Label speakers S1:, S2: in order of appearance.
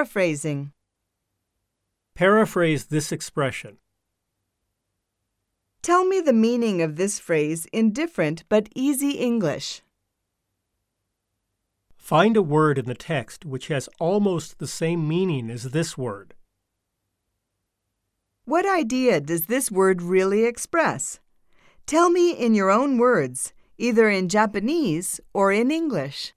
S1: Paraphrasing.
S2: Paraphrase this expression.
S1: Tell me the meaning of this phrase in different but easy English.
S2: Find a word in the text which has almost the same meaning as this word.
S1: What idea does this word really express? Tell me in your own words, either in Japanese or in English.